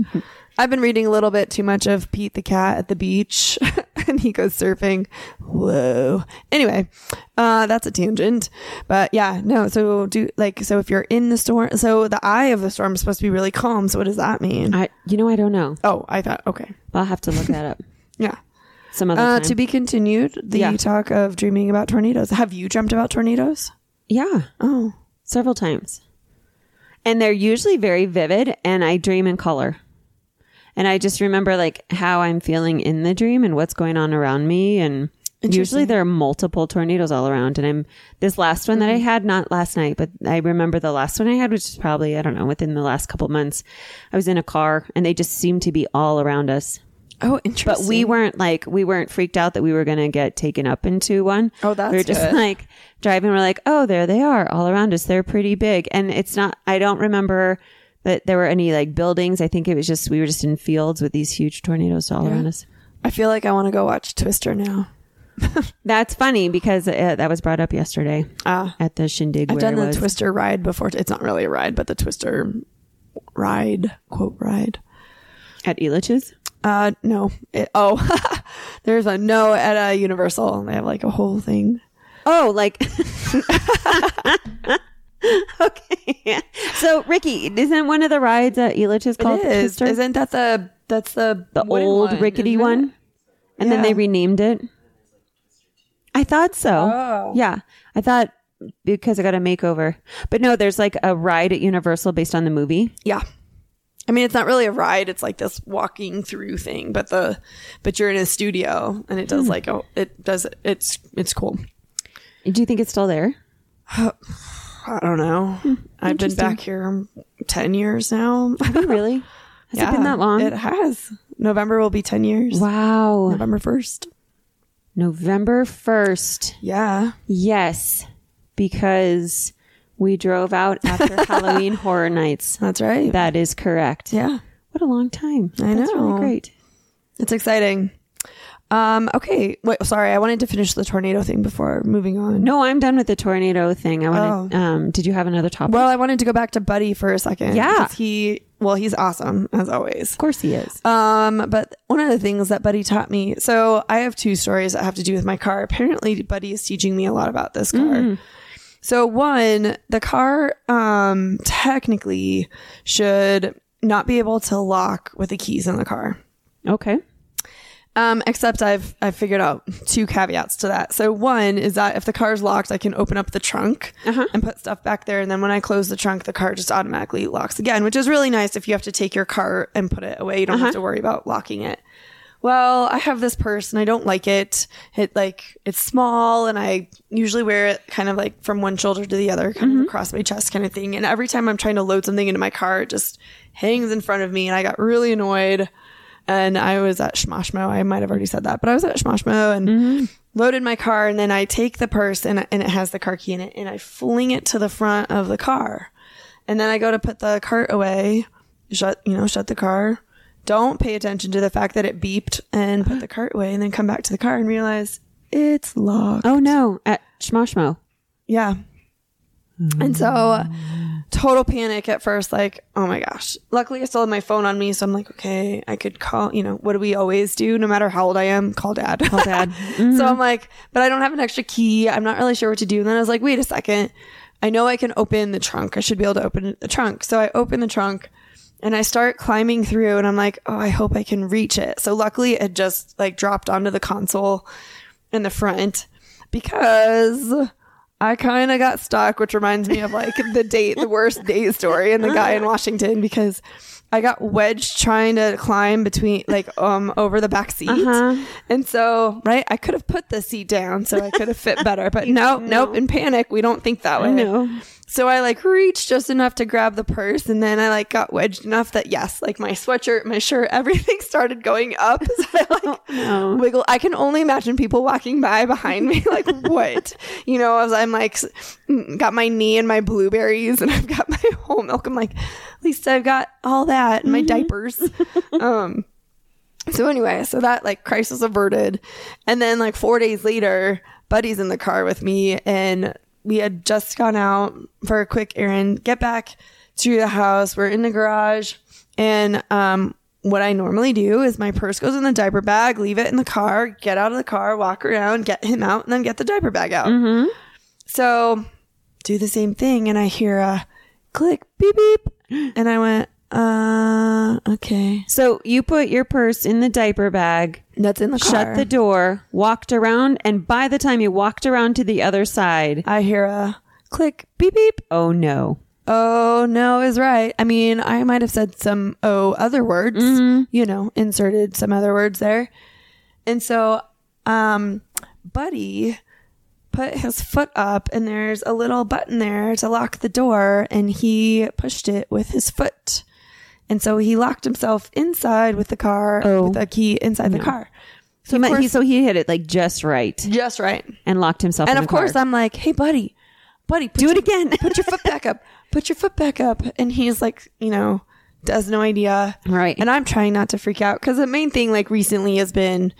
S2: I've been reading a little bit too much of Pete the Cat at the beach and he goes surfing. Whoa. Anyway, uh, that's a tangent. But yeah, no. So do like, so if you're in the storm, so the eye of the storm is supposed to be really calm. So what does that mean?
S1: I you know I don't know.
S2: oh, I thought, okay.
S1: I'll have to look that up
S2: Yeah.
S1: some other
S2: Uh,
S1: time.
S2: to be continued, the
S1: Yeah.
S2: talk of dreaming about tornadoes. Have you dreamt about tornadoes?
S1: yeah,
S2: Oh.
S1: several times, and they're usually very vivid, and I dream in color. And I just remember like how I'm feeling in the dream and what's going on around me. And usually there are multiple tornadoes all around. And I'm this last one that I had, not last night, but I remember the last one I had, which is probably, I don't know, within the last couple months. I was in a car and they just seemed to be all around us.
S2: Oh,
S1: But
S2: interesting.
S1: we weren't like we weren't freaked out that we were gonna get taken up into one.
S2: Oh, that's
S1: we were just
S2: good.
S1: like driving. We're like, oh, there they are, all around us. They're pretty big, and it's not. I don't remember that there were any like buildings. I think it was just we were just in fields with these huge tornadoes all around us.
S2: I feel like I want to go watch Twister now.
S1: That's funny because uh, that was brought up yesterday
S2: Ah.
S1: at the shindig.
S2: I've
S1: where
S2: done
S1: I
S2: the
S1: was.
S2: Twister ride before. It's not really a ride, but the Twister ride, quote, ride.
S1: at Elitch's.
S2: Uh, no. It, oh, there's a no at a Universal. They have like a whole thing.
S1: Oh, like. okay. So, Ricky, isn't one of the rides at Elitch's called the
S2: is.
S1: Twister?
S2: Isn't that the, that's the,
S1: the
S2: wooden
S1: old
S2: one,
S1: rickety
S2: isn't it?
S1: one, and then
S2: Yeah.
S1: they renamed it. I thought so.
S2: Oh.
S1: Yeah, I thought because I got a makeover, but no, there's like a ride at Universal based on the movie.
S2: Yeah. I mean, it's not really a ride. It's like this walking through thing, but the, but you're in a studio and it
S1: Hmm.
S2: does like, oh, it does, it's, it's cool.
S1: Do you think it's still there?
S2: I don't know.
S1: Hmm.
S2: I've been back here 10 years now. Has
S1: really? Has it been that long?
S2: It has. November will be 10 years.
S1: wow,
S2: November 1st.
S1: November first.
S2: Yeah.
S1: Yes, because we drove out after Halloween Horror Nights.
S2: That's right.
S1: That is correct.
S2: yeah.
S1: What a long time.
S2: I
S1: That's
S2: know.
S1: really great.
S2: It's exciting. Um, okay. Wait, sorry. I wanted to finish the tornado thing before moving on.
S1: No, I'm done with the tornado thing. I want to.
S2: Oh.
S1: Um, did you have another topic?
S2: Well, I wanted to go back to Buddy for a second.
S1: Yeah.
S2: 'cause He, well, he's awesome as always.
S1: of course he is.
S2: Um, but one of the things that Buddy taught me, so I have two stories that have to do with my car. Apparently, Buddy is teaching me a lot about this car. So one, the car um technically should not be able to lock with the keys in the car.
S1: Okay.
S2: Um, except I've I've figured out two caveats to that. So one is that if the car's locked, I can open up the trunk and put stuff back there, and then when I close the trunk, the car just automatically locks again, which is really nice if you have to take your car and put it away. You don't have to worry about locking it. Well, I have this purse and I don't like it. It like it's small and I usually wear it kind of like from one shoulder to the other, kind of across my chest kind of thing. And every time I'm trying to load something into my car, it just hangs in front of me and I got really annoyed and I was at Schmoshmo. I might have already said that, but I was at Schmoshmo and loaded my car. And then I take the purse and, and it has the car key in it, and I fling it to the front of the car. And then I go to put the cart away, shut you know, shut the car. Don't pay attention to the fact that it beeped and put the cart away, and then come back to the car and realize it's locked.
S1: Oh no, at Schmoshmo.
S2: Yeah. And so uh, total panic at first, like, oh my gosh. Luckily I still had my phone on me, so I'm like, okay, I could call, you know, what do we always do? No matter how old I am, call dad. Call
S1: dad.
S2: So I'm like, but I don't have an extra key. I'm not really sure what to do. And then I was like, wait a second. I know I can open the trunk. I should be able to open the trunk. So I open the trunk and I start climbing through and I'm like, oh, I hope I can reach it. So luckily it just like dropped onto the console in the front because I kind of got stuck, which reminds me of like the date, the worst date story and the guy in Washington because I got wedged trying to climb between like um over the back seat. And so, right, I could have put the seat down so I could have fit better, but no, nope, in panic, we don't think that way.
S1: know.
S2: So I like reached just enough to grab the purse and then I like got wedged enough that yes, like my sweatshirt, my shirt, everything started going up. So I like wiggle. I can only imagine people walking by behind me like what? You know, as I'm like s- mm, got my knee and my blueberries and I've got my whole milk. I'm like, at least I've got all that and my diapers. um so anyway, so that like crisis averted, and then like four days later, Buddy's in the car with me, and we had just gone out for a quick errand. Get back to the house. We're in the garage, and um, what I normally do is my purse goes in the diaper bag, leave it in the car, get out of the car, walk around, get him out, and then get the diaper bag out.
S1: Mm-hmm.
S2: So do the same thing, and I hear a click, beep beep, and I went, uh, okay,
S1: So you put your purse in the diaper bag,
S2: that's in the car.
S1: shut the door, walked around, and by the time you walked around to the other side,
S2: I hear a click, beep, beep.
S1: oh no.
S2: Oh, no, is right. I mean, I might have said some, oh, other words,
S1: Mm-hmm.
S2: you know, inserted some other words there. And so, um, Buddy put his foot up, and there's a little button there to lock the door, and he pushed it with his foot. And so he locked himself inside with the car,
S1: Oh.
S2: with a key inside the car.
S1: So he, might, he so he hit it like just right
S2: Just right.
S1: and locked himself.
S2: And
S1: in
S2: of
S1: the car.
S2: course, I'm like, hey, buddy, buddy, do it again. put your foot back up. Put your foot back up. And he's like, you know, does no idea.
S1: Right.
S2: And I'm trying not to freak out because the main thing, like, recently has been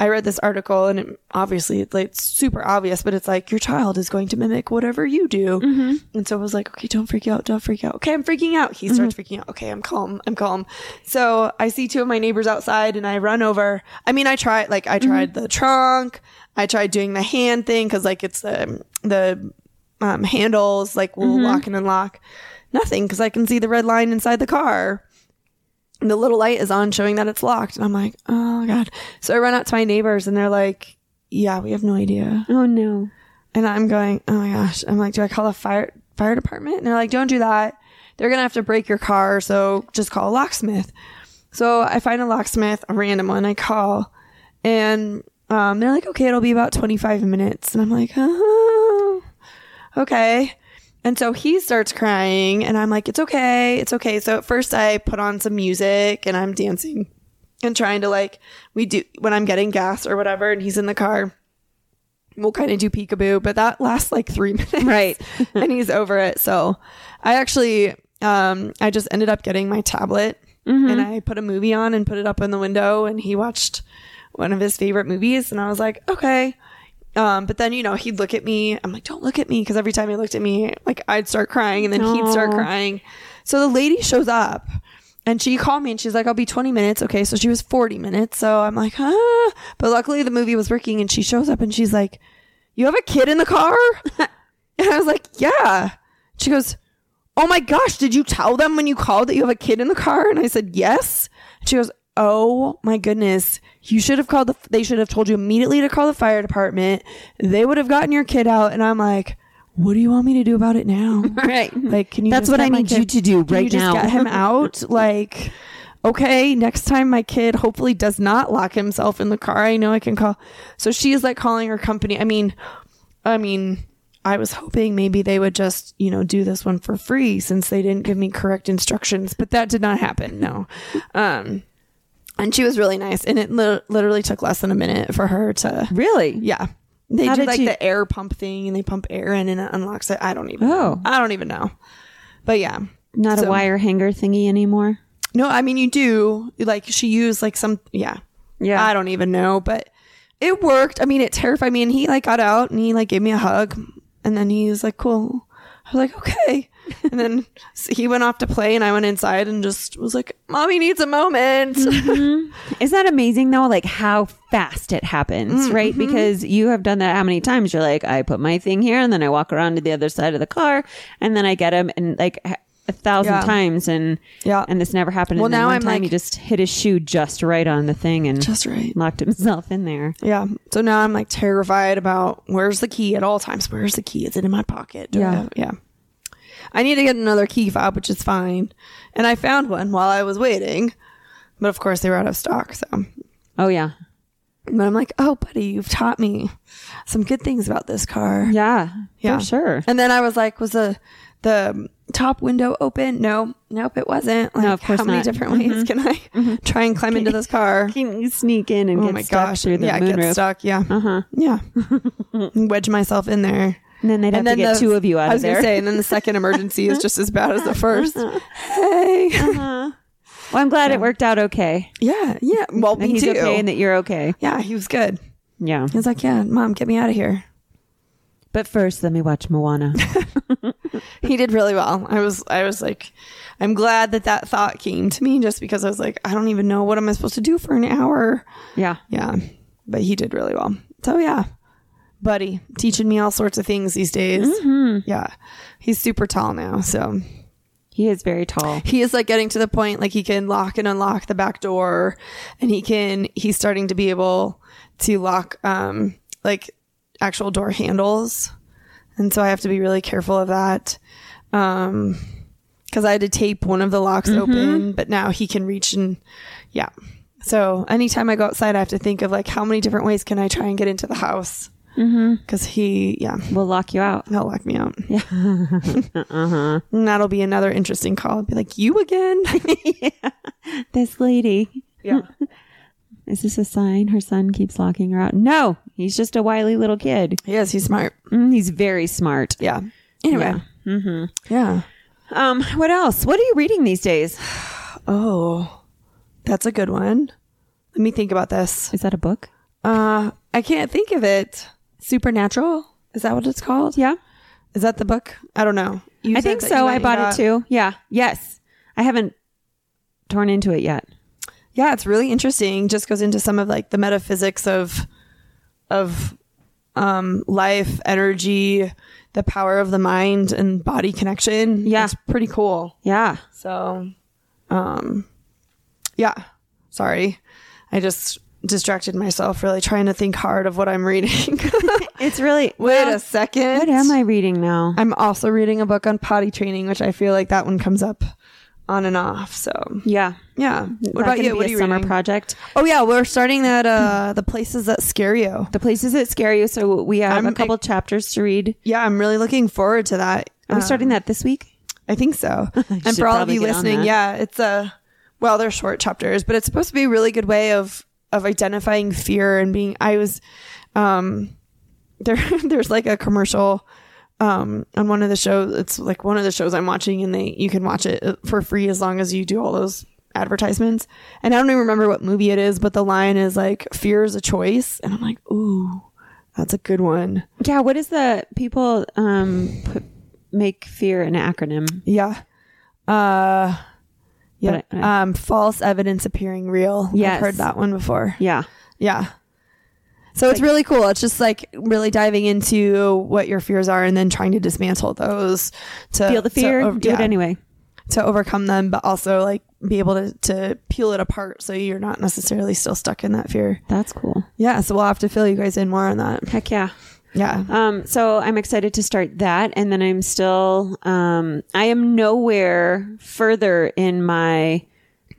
S2: I read this article and it, obviously it's like super obvious, but it's like your child is going to mimic whatever you do. And so I was like, okay, don't freak out. Don't freak out. Okay, I'm freaking out. He starts freaking out. Okay, I'm calm. I'm calm. So I see two of my neighbors outside and I run over. I mean, I tried, like, I tried the trunk. I tried doing the hand thing because, like, it's the, the um, handles, like, will lock and unlock. Nothing because I can see the red line inside the car. And the little light is on showing that it's locked. And I'm like, oh God. So I run out to my neighbors and they're like, yeah, we have no idea.
S1: oh no.
S2: And I'm going, oh my gosh. I'm like, do I call the fire, fire department? And they're like, don't do that. They're going to have to break your car. So just call a locksmith. So I find a locksmith, a random one, I call and um, they're like, okay, it'll be about 25 minutes. And I'm like, oh, okay. And so he starts crying, and I'm like, it's okay, it's okay. So at first, I put on some music and I'm dancing and trying to, like, we do when I'm getting gas or whatever, and he's in the car, we'll kind of do peekaboo, but that lasts like three minutes.
S1: Right.
S2: and he's over it. So I actually, um, I just ended up getting my tablet and I put a movie on and put it up in the window, and he watched one of his favorite movies, and I was like, okay. Um, but then you know he'd look at me. I'm like, don't look at me, because every time he looked at me, like I'd start crying, and then he'd start
S1: Aw.
S2: crying. So the lady shows up, and she called me, and she's like, I'll be 20 minutes. Okay, so she was 40 minutes. So I'm like, huh. But luckily the movie was working, and she shows up, and she's like, you have a kid in the car? and I was like, yeah. She goes, oh my gosh, did you tell them when you called that you have a kid in the car? And I said, yes. And she goes, oh my goodness, you should have called the, they should have told you immediately to call the fire department. They would have gotten your kid out. And I'm like, what do you want me to do about it now?
S1: Right.
S2: Like, can
S1: Mm-hmm.
S2: you?
S1: That's
S2: just
S1: what
S2: get
S1: I
S2: my
S1: need
S2: kid-
S1: you to do
S2: can
S1: right
S2: you just
S1: now.
S2: Get him out. Like, okay, next time my kid hopefully does not lock himself in the car. I know I can call. So she is like calling her company. I mean, I mean, I was hoping maybe they would just you know do this one for free since they didn't give me correct instructions, but that did not happen. No. Um, and she was really nice, and it li- literally took less than a minute for her to.
S1: Really?
S2: Yeah. They
S1: How
S2: do
S1: did
S2: like
S1: you-
S2: the air pump thing and they pump air in and it unlocks it. I don't even
S1: Oh.
S2: know. I don't even know. But yeah.
S1: Not a
S2: So-
S1: wire hanger thingy anymore.
S2: No, I mean you do. Like she used like some yeah.
S1: Yeah.
S2: I don't even know, but it worked. I mean it terrified me and he like got out and he like gave me a hug and then he was like, Cool. I was like, Okay. And then s- he went off to play and I went inside and just was like, Mommy needs a moment.
S1: Isn't that amazing though? Like how fast it happens, right? Because you have done that how many times? You're like, I put my thing here and then I walk around to the other side of the car and then I get him and like h- a thousand
S2: Yeah.
S1: times and
S2: Yeah.
S1: and this never happened.
S2: Well,
S1: and then
S2: now
S1: one
S2: I'm
S1: time
S2: like-
S1: he just hit his shoe just right on the thing and
S2: Just right.
S1: locked himself in there.
S2: Yeah. So now I'm like terrified about where's the key at all times. Where's the key? Is it in my pocket? Do I
S1: Yeah.
S2: have- yeah. I need to get another key fob, which is fine. And I found one while I was waiting, but of course they were out of stock. So,
S1: Oh yeah,
S2: but I'm like, oh, buddy, you've taught me some good things about this car.
S1: yeah,
S2: Yeah.
S1: for sure.
S2: And then I was like, was the the top window open? No, nope, it wasn't. Like,
S1: of course
S2: how many
S1: not. Mm-hmm.
S2: different ways can I try and climb into this car?
S1: Can you sneak in and
S2: Oh
S1: get
S2: my
S1: stuck
S2: gosh!
S1: through the
S2: yeah, get
S1: moonroof?
S2: stuck. Yeah,
S1: Uh-huh.
S2: yeah. Wedge myself in there.
S1: And then they'd have to get two of you out
S2: I
S1: of
S2: was
S1: there.
S2: Gonna say, and then the second emergency is just as bad as the first. Hey.
S1: well, I'm glad it worked out okay.
S2: Yeah, yeah. Well,
S1: And
S2: me
S1: he's
S2: too.
S1: okay and that you're okay.
S2: yeah, he was good.
S1: Yeah.
S2: He was like, "Yeah, mom, get me out of here."
S1: But first, let me watch Moana.
S2: He did really well. I was, I was like, I'm glad that that thought came to me just because I was like, I don't even know what am I supposed to do for an hour.
S1: yeah.
S2: Yeah, but he did really well. So yeah, buddy, teaching me all sorts of things these days. Yeah, he's super tall now, so
S1: He is very tall.
S2: he is like getting to the point like he can lock and unlock the back door and he can he's starting to be able to lock um like actual door handles and so i have to be really careful of that um because i had to tape one of the locks open but now he can reach and yeah so anytime i go outside i have to think of like how many different ways can i try and get into the house because he yeah
S1: We'll lock you out.
S2: He'll lock me out. Yeah.
S1: Uh-huh.
S2: And that'll be another interesting call. I'll be like, you again?
S1: This lady.
S2: yeah.
S1: Is this a sign her son keeps locking her out? No, he's just a wily little kid.
S2: Yes, he's smart.
S1: Mm, he's very smart.
S2: Yeah. Anyway. Yeah. Mm-hmm. yeah.
S1: Um, what else? What are you reading these days?
S2: Oh, that's a good one. Let me think about this.
S1: Is that a book?
S2: Uh, I can't think of it. Supernatural? Is that what it's called?
S1: Yeah.
S2: Is that the book? I don't know. You
S1: I
S2: said
S1: think
S2: that
S1: so.
S2: you
S1: I
S2: went
S1: bought
S2: and
S1: it too. Yeah. Yes. I haven't torn into it yet.
S2: yeah it's really interesting just goes into some of like the metaphysics of of um life energy the power of the mind and body connection
S1: Yeah.
S2: it's pretty cool
S1: Yeah.
S2: so um yeah sorry i just distracted myself really trying to think hard of what i'm reading
S1: It's really.
S2: wait
S1: well,
S2: a second
S1: What am I reading now?
S2: i'm also reading a book on potty training which i feel like that one comes up on and off so
S1: yeah.
S2: yeah
S1: Is
S2: what
S1: that gonna
S2: about you
S1: Be
S2: what
S1: a
S2: are you
S1: summer
S2: reading?
S1: project.
S2: Oh yeah, we're starting that uh the places that scare you.
S1: The places that scare you. So we have
S2: I'm-
S1: a couple chapters to read.
S2: Yeah, I'm really looking forward to that.
S1: Are we
S2: Uh,
S1: starting that this week?
S2: I think so. and
S1: should
S2: for all of
S1: probably
S2: you
S1: get on
S2: listening,
S1: that.
S2: yeah, it's a well, they're short chapters, but it's supposed to be a really good way of of identifying fear and being I was um there there's like a commercial um on uh, one of the shows it's like one of the shows I'm watching and they you can watch it for free as long as you do all those advertisements. And I don't even remember what movie it is, but the line is like, fear is a choice. And I'm like, ooh, that's a good one.
S1: Yeah, what is the people um put, make fear an acronym?
S2: Yeah. Uh, yeah.
S1: But I-
S2: um, false evidence appearing real.
S1: Yes.
S2: I've heard that one before.
S1: Yeah.
S2: Yeah. So it's really cool. It's just like really diving into what your fears are and then trying to dismantle those to
S1: Feel the
S2: to
S1: fear,
S2: ov-
S1: do it
S2: oh, yeah,
S1: anyway.
S2: to overcome them, but also like be able to, to peel it apart so you're not necessarily still stuck in that fear.
S1: That's cool.
S2: Yeah. So we'll have to fill you guys in more on that.
S1: Heck yeah.
S2: Yeah.
S1: Um, so I'm excited to start that, and then I'm still um, I am nowhere further in my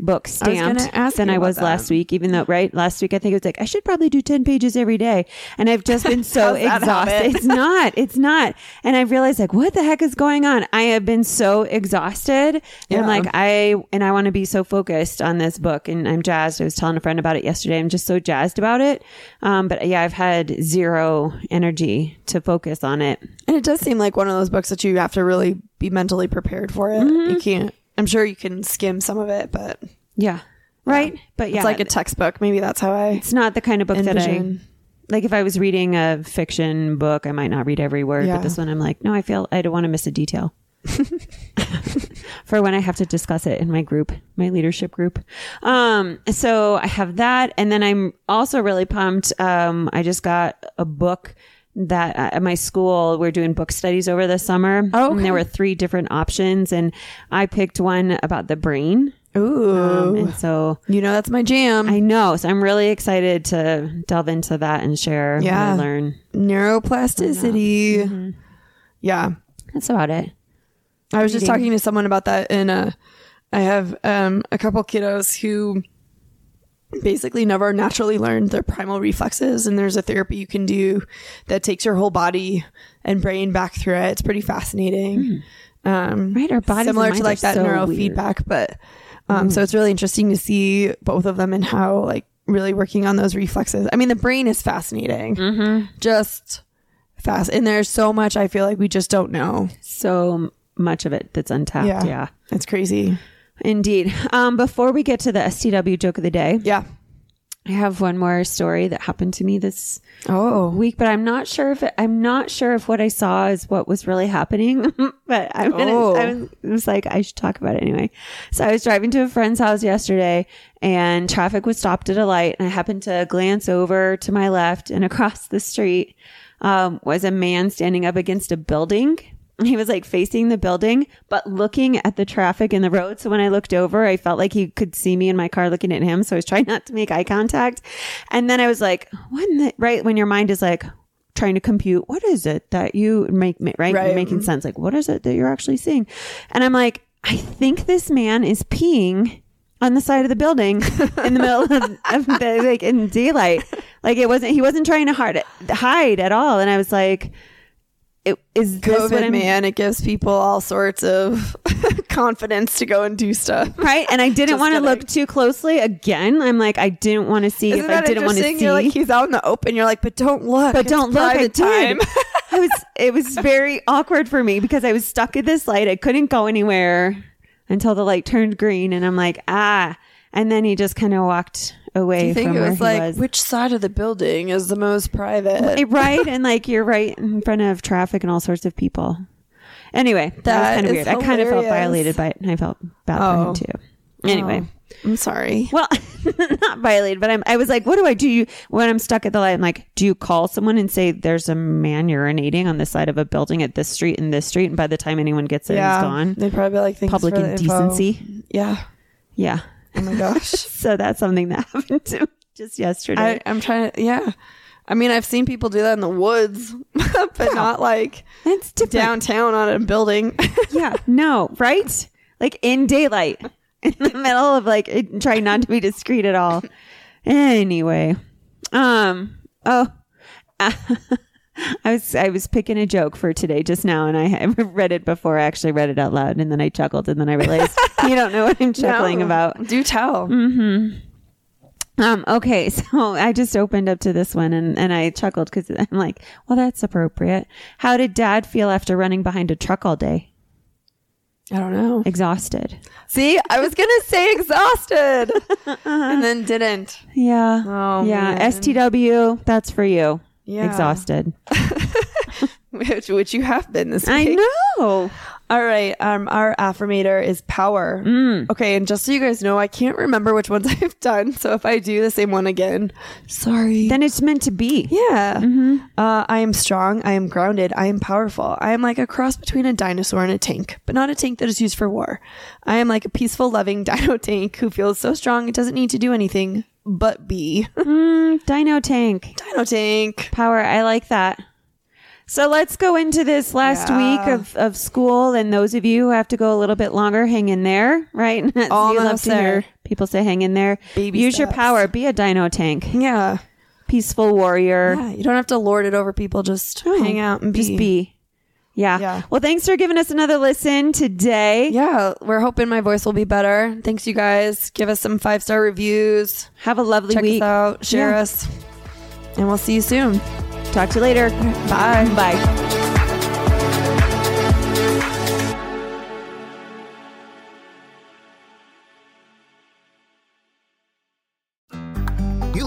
S1: book
S2: gonna
S1: stamped
S2: ask
S1: than
S2: you
S1: I
S2: about
S1: was last
S2: that.
S1: week. Even though right last week I think it was like I should probably do ten pages every day, and I've just been so
S2: How's that
S1: exhausted.
S2: happen?
S1: It's not. It's not. And I realized like what the heck is going on? I have been so exhausted. And
S2: Yeah.
S1: like I and I want to be so focused on this book and I'm jazzed. I was telling a friend about it yesterday. I'm just so jazzed about it. Um, but yeah, I've had zero energy to focus on it.
S2: And it does seem like one of those books that you have to really be mentally prepared for it.
S1: Mm-hmm.
S2: You can't, I'm sure you can skim some of it, but
S1: Yeah. Right? But yeah.
S2: it's like a textbook. Maybe that's how I
S1: it's not the kind of book
S2: Envision.
S1: that I like if I was reading a fiction book, I might not read every word,
S2: Yeah.
S1: but this one I'm like, no, I feel I don't want to miss a detail. For when I have to discuss it in my group, my leadership group. Um, so I have that and then I'm also really pumped. Um, I just got a book that uh, at my school we're doing book studies over the summer.
S2: Oh,
S1: and
S2: okay.
S1: there were three different options and I picked one about the brain.
S2: Ooh.
S1: Um, and so
S2: you know that's my jam.
S1: I know. So I'm really excited to delve into that and share
S2: Yeah.
S1: what I learn.
S2: Neuroplasticity. Mm-hmm. Yeah.
S1: That's about it.
S2: I was just talking to someone about that and uh I have um a couple kiddos who basically never naturally learned their primal reflexes and there's a therapy you can do that takes your whole body and brain back through it. It's pretty fascinating. Um
S1: Hmm. Right, our bodies and
S2: similar
S1: minds
S2: to
S1: are
S2: like that
S1: so Hmm.
S2: neurofeedback, but um so it's really interesting to see both of them and how like really working on those reflexes. I mean the brain is fascinating.
S1: Mm-hmm.
S2: Just fast and there's so much I feel like we just don't know.
S1: So much of it that's untapped. Yeah.
S2: It's crazy.
S1: Indeed. Um, before we get to the STW joke of the day,
S2: Yeah.
S1: I have one more story that happened to me this
S2: Oh.
S1: week, but I'm not sure if it, I'm not sure if what I saw is what was really happening. but I'm gonna,
S2: Oh.
S1: I was, I was like, I should talk about it anyway. So I was driving to a friend's house yesterday, and traffic was stopped at a light, and I happened to glance over to my left, and across the street um, was a man standing up against a building. He was like facing the building, but looking at the traffic in the road. So when I looked over, I felt like he could see me in my car looking at him. So I was trying not to make eye contact. And then I was like, what in the, right? When your mind is like trying to compute, what is it that you make, right? You're
S2: Right.
S1: making sense. Like, what is it that you're actually seeing? And I'm like, I think this man is peeing on the side of the building in the middle of, of the, like in daylight. Like it wasn't, he wasn't trying to hard, hide at all. And I was like, it, is this what
S2: COVID,
S1: I'm
S2: man. It gives people all sorts of confidence to go and do stuff.
S1: right? And I didn't
S2: Just
S1: want to
S2: kidding.
S1: look too closely again. I'm like, I didn't want to see if
S2: Isn't
S1: I
S2: that
S1: didn't want to
S2: interesting?
S1: see.
S2: You're like, he's out in the open. You're like, but don't look.
S1: but
S2: It's
S1: don't look. I
S2: private
S1: did. I was. It was very awkward for me because I was stuck at this light. I couldn't go anywhere until the light turned green, and I'm like, ah. And then he just kind of walked away
S2: I think
S1: from
S2: it
S1: where
S2: was
S1: he
S2: like,
S1: was.
S2: which side of the building is the most private?
S1: Eh, right, and like you're right in front of traffic and all sorts of people. Anyway, that, was
S2: That
S1: kind of
S2: is
S1: weird. I kind of felt
S2: hilarious.
S1: violated by it, and I felt bad for
S2: Oh.
S1: him too. Anyway.
S2: I'm sorry.
S1: Well, not violated, but I'm, I was like, what do I do? You, when I'm stuck at the light, I'm like, do you call someone and say there's a man urinating on the side of a building at this street and this street? And by the time anyone gets there,
S2: yeah.
S1: he's gone.
S2: They probably like things
S1: Public
S2: for the info.
S1: indecency.
S2: Yeah.
S1: Yeah.
S2: Oh my gosh.
S1: So that's something that happened to me just yesterday.
S2: I, I'm trying to, yeah. I mean, I've seen people do that in the woods, but not like
S1: it's different.
S2: downtown on a building.
S1: yeah. No, right? Like in daylight, in the middle of like it- trying not to be discreet at all. Anyway, um, oh, I was I was picking a joke for today just now, and I had read it before. I actually read it out loud, and then I chuckled, and then I realized you don't know what I'm chuckling
S2: No.
S1: about.
S2: Oh. Do tell.
S1: Um, okay, so I just opened up to this one and, and I chuckled because I'm like, well, that's appropriate. How did dad feel after running behind a truck all day?
S2: I don't know.
S1: Exhausted.
S2: See, I was gonna say exhausted, and then didn't.
S1: Yeah.
S2: Oh,
S1: yeah.
S2: man.
S1: STW, that's for you.
S2: Yeah.
S1: Exhausted.
S2: Which, which you have been this week.
S1: I know.
S2: All right. Um, our affirmator is power. Okay, and just so you guys know, I can't remember which ones I've done. So if I do the same one again, sorry.
S1: Then it's meant to be.
S2: yeah.
S1: Mm-hmm.
S2: Uh, I am strong. I am grounded. I am powerful. I am like a cross between a dinosaur and a tank, but not a tank that is used for war. I am like a peaceful, loving dino tank who feels so strong it doesn't need to do anything but be.
S1: Mm, Dino Tank.
S2: dino tank.
S1: Power. I like that. So let's go into this last
S2: Yeah.
S1: week of, of school. And those of you who have to go a little bit longer, hang in there, right? You love
S2: Almost
S1: to hear
S2: there.
S1: People say hang in there.
S2: Baby
S1: Use your
S2: steps.
S1: power. Be a dino tank.
S2: Yeah.
S1: Peaceful warrior. Oh,
S2: Yeah. You don't have to lord it over people. Just hang out and be.
S1: Just be. Yeah.
S2: Yeah.
S1: Well, thanks for giving us another listen today.
S2: Yeah, we're hoping my voice will be better. Thanks, you guys. Give us some five star reviews.
S1: Have a lovely
S2: Check
S1: week.
S2: us out. Share
S1: Yeah.
S2: us. And we'll see you soon.
S1: Talk to you later.
S2: Bye.
S1: Bye.
S3: You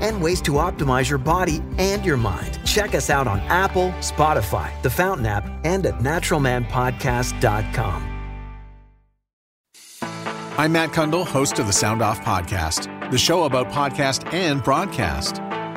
S3: and ways to optimize your body and your mind. Check us out on Apple, Spotify, the Fountain app, and at naturalmanpodcast.com.
S4: I'm Matt Kundle, host of the Sound Off Podcast, the show about podcast and broadcast.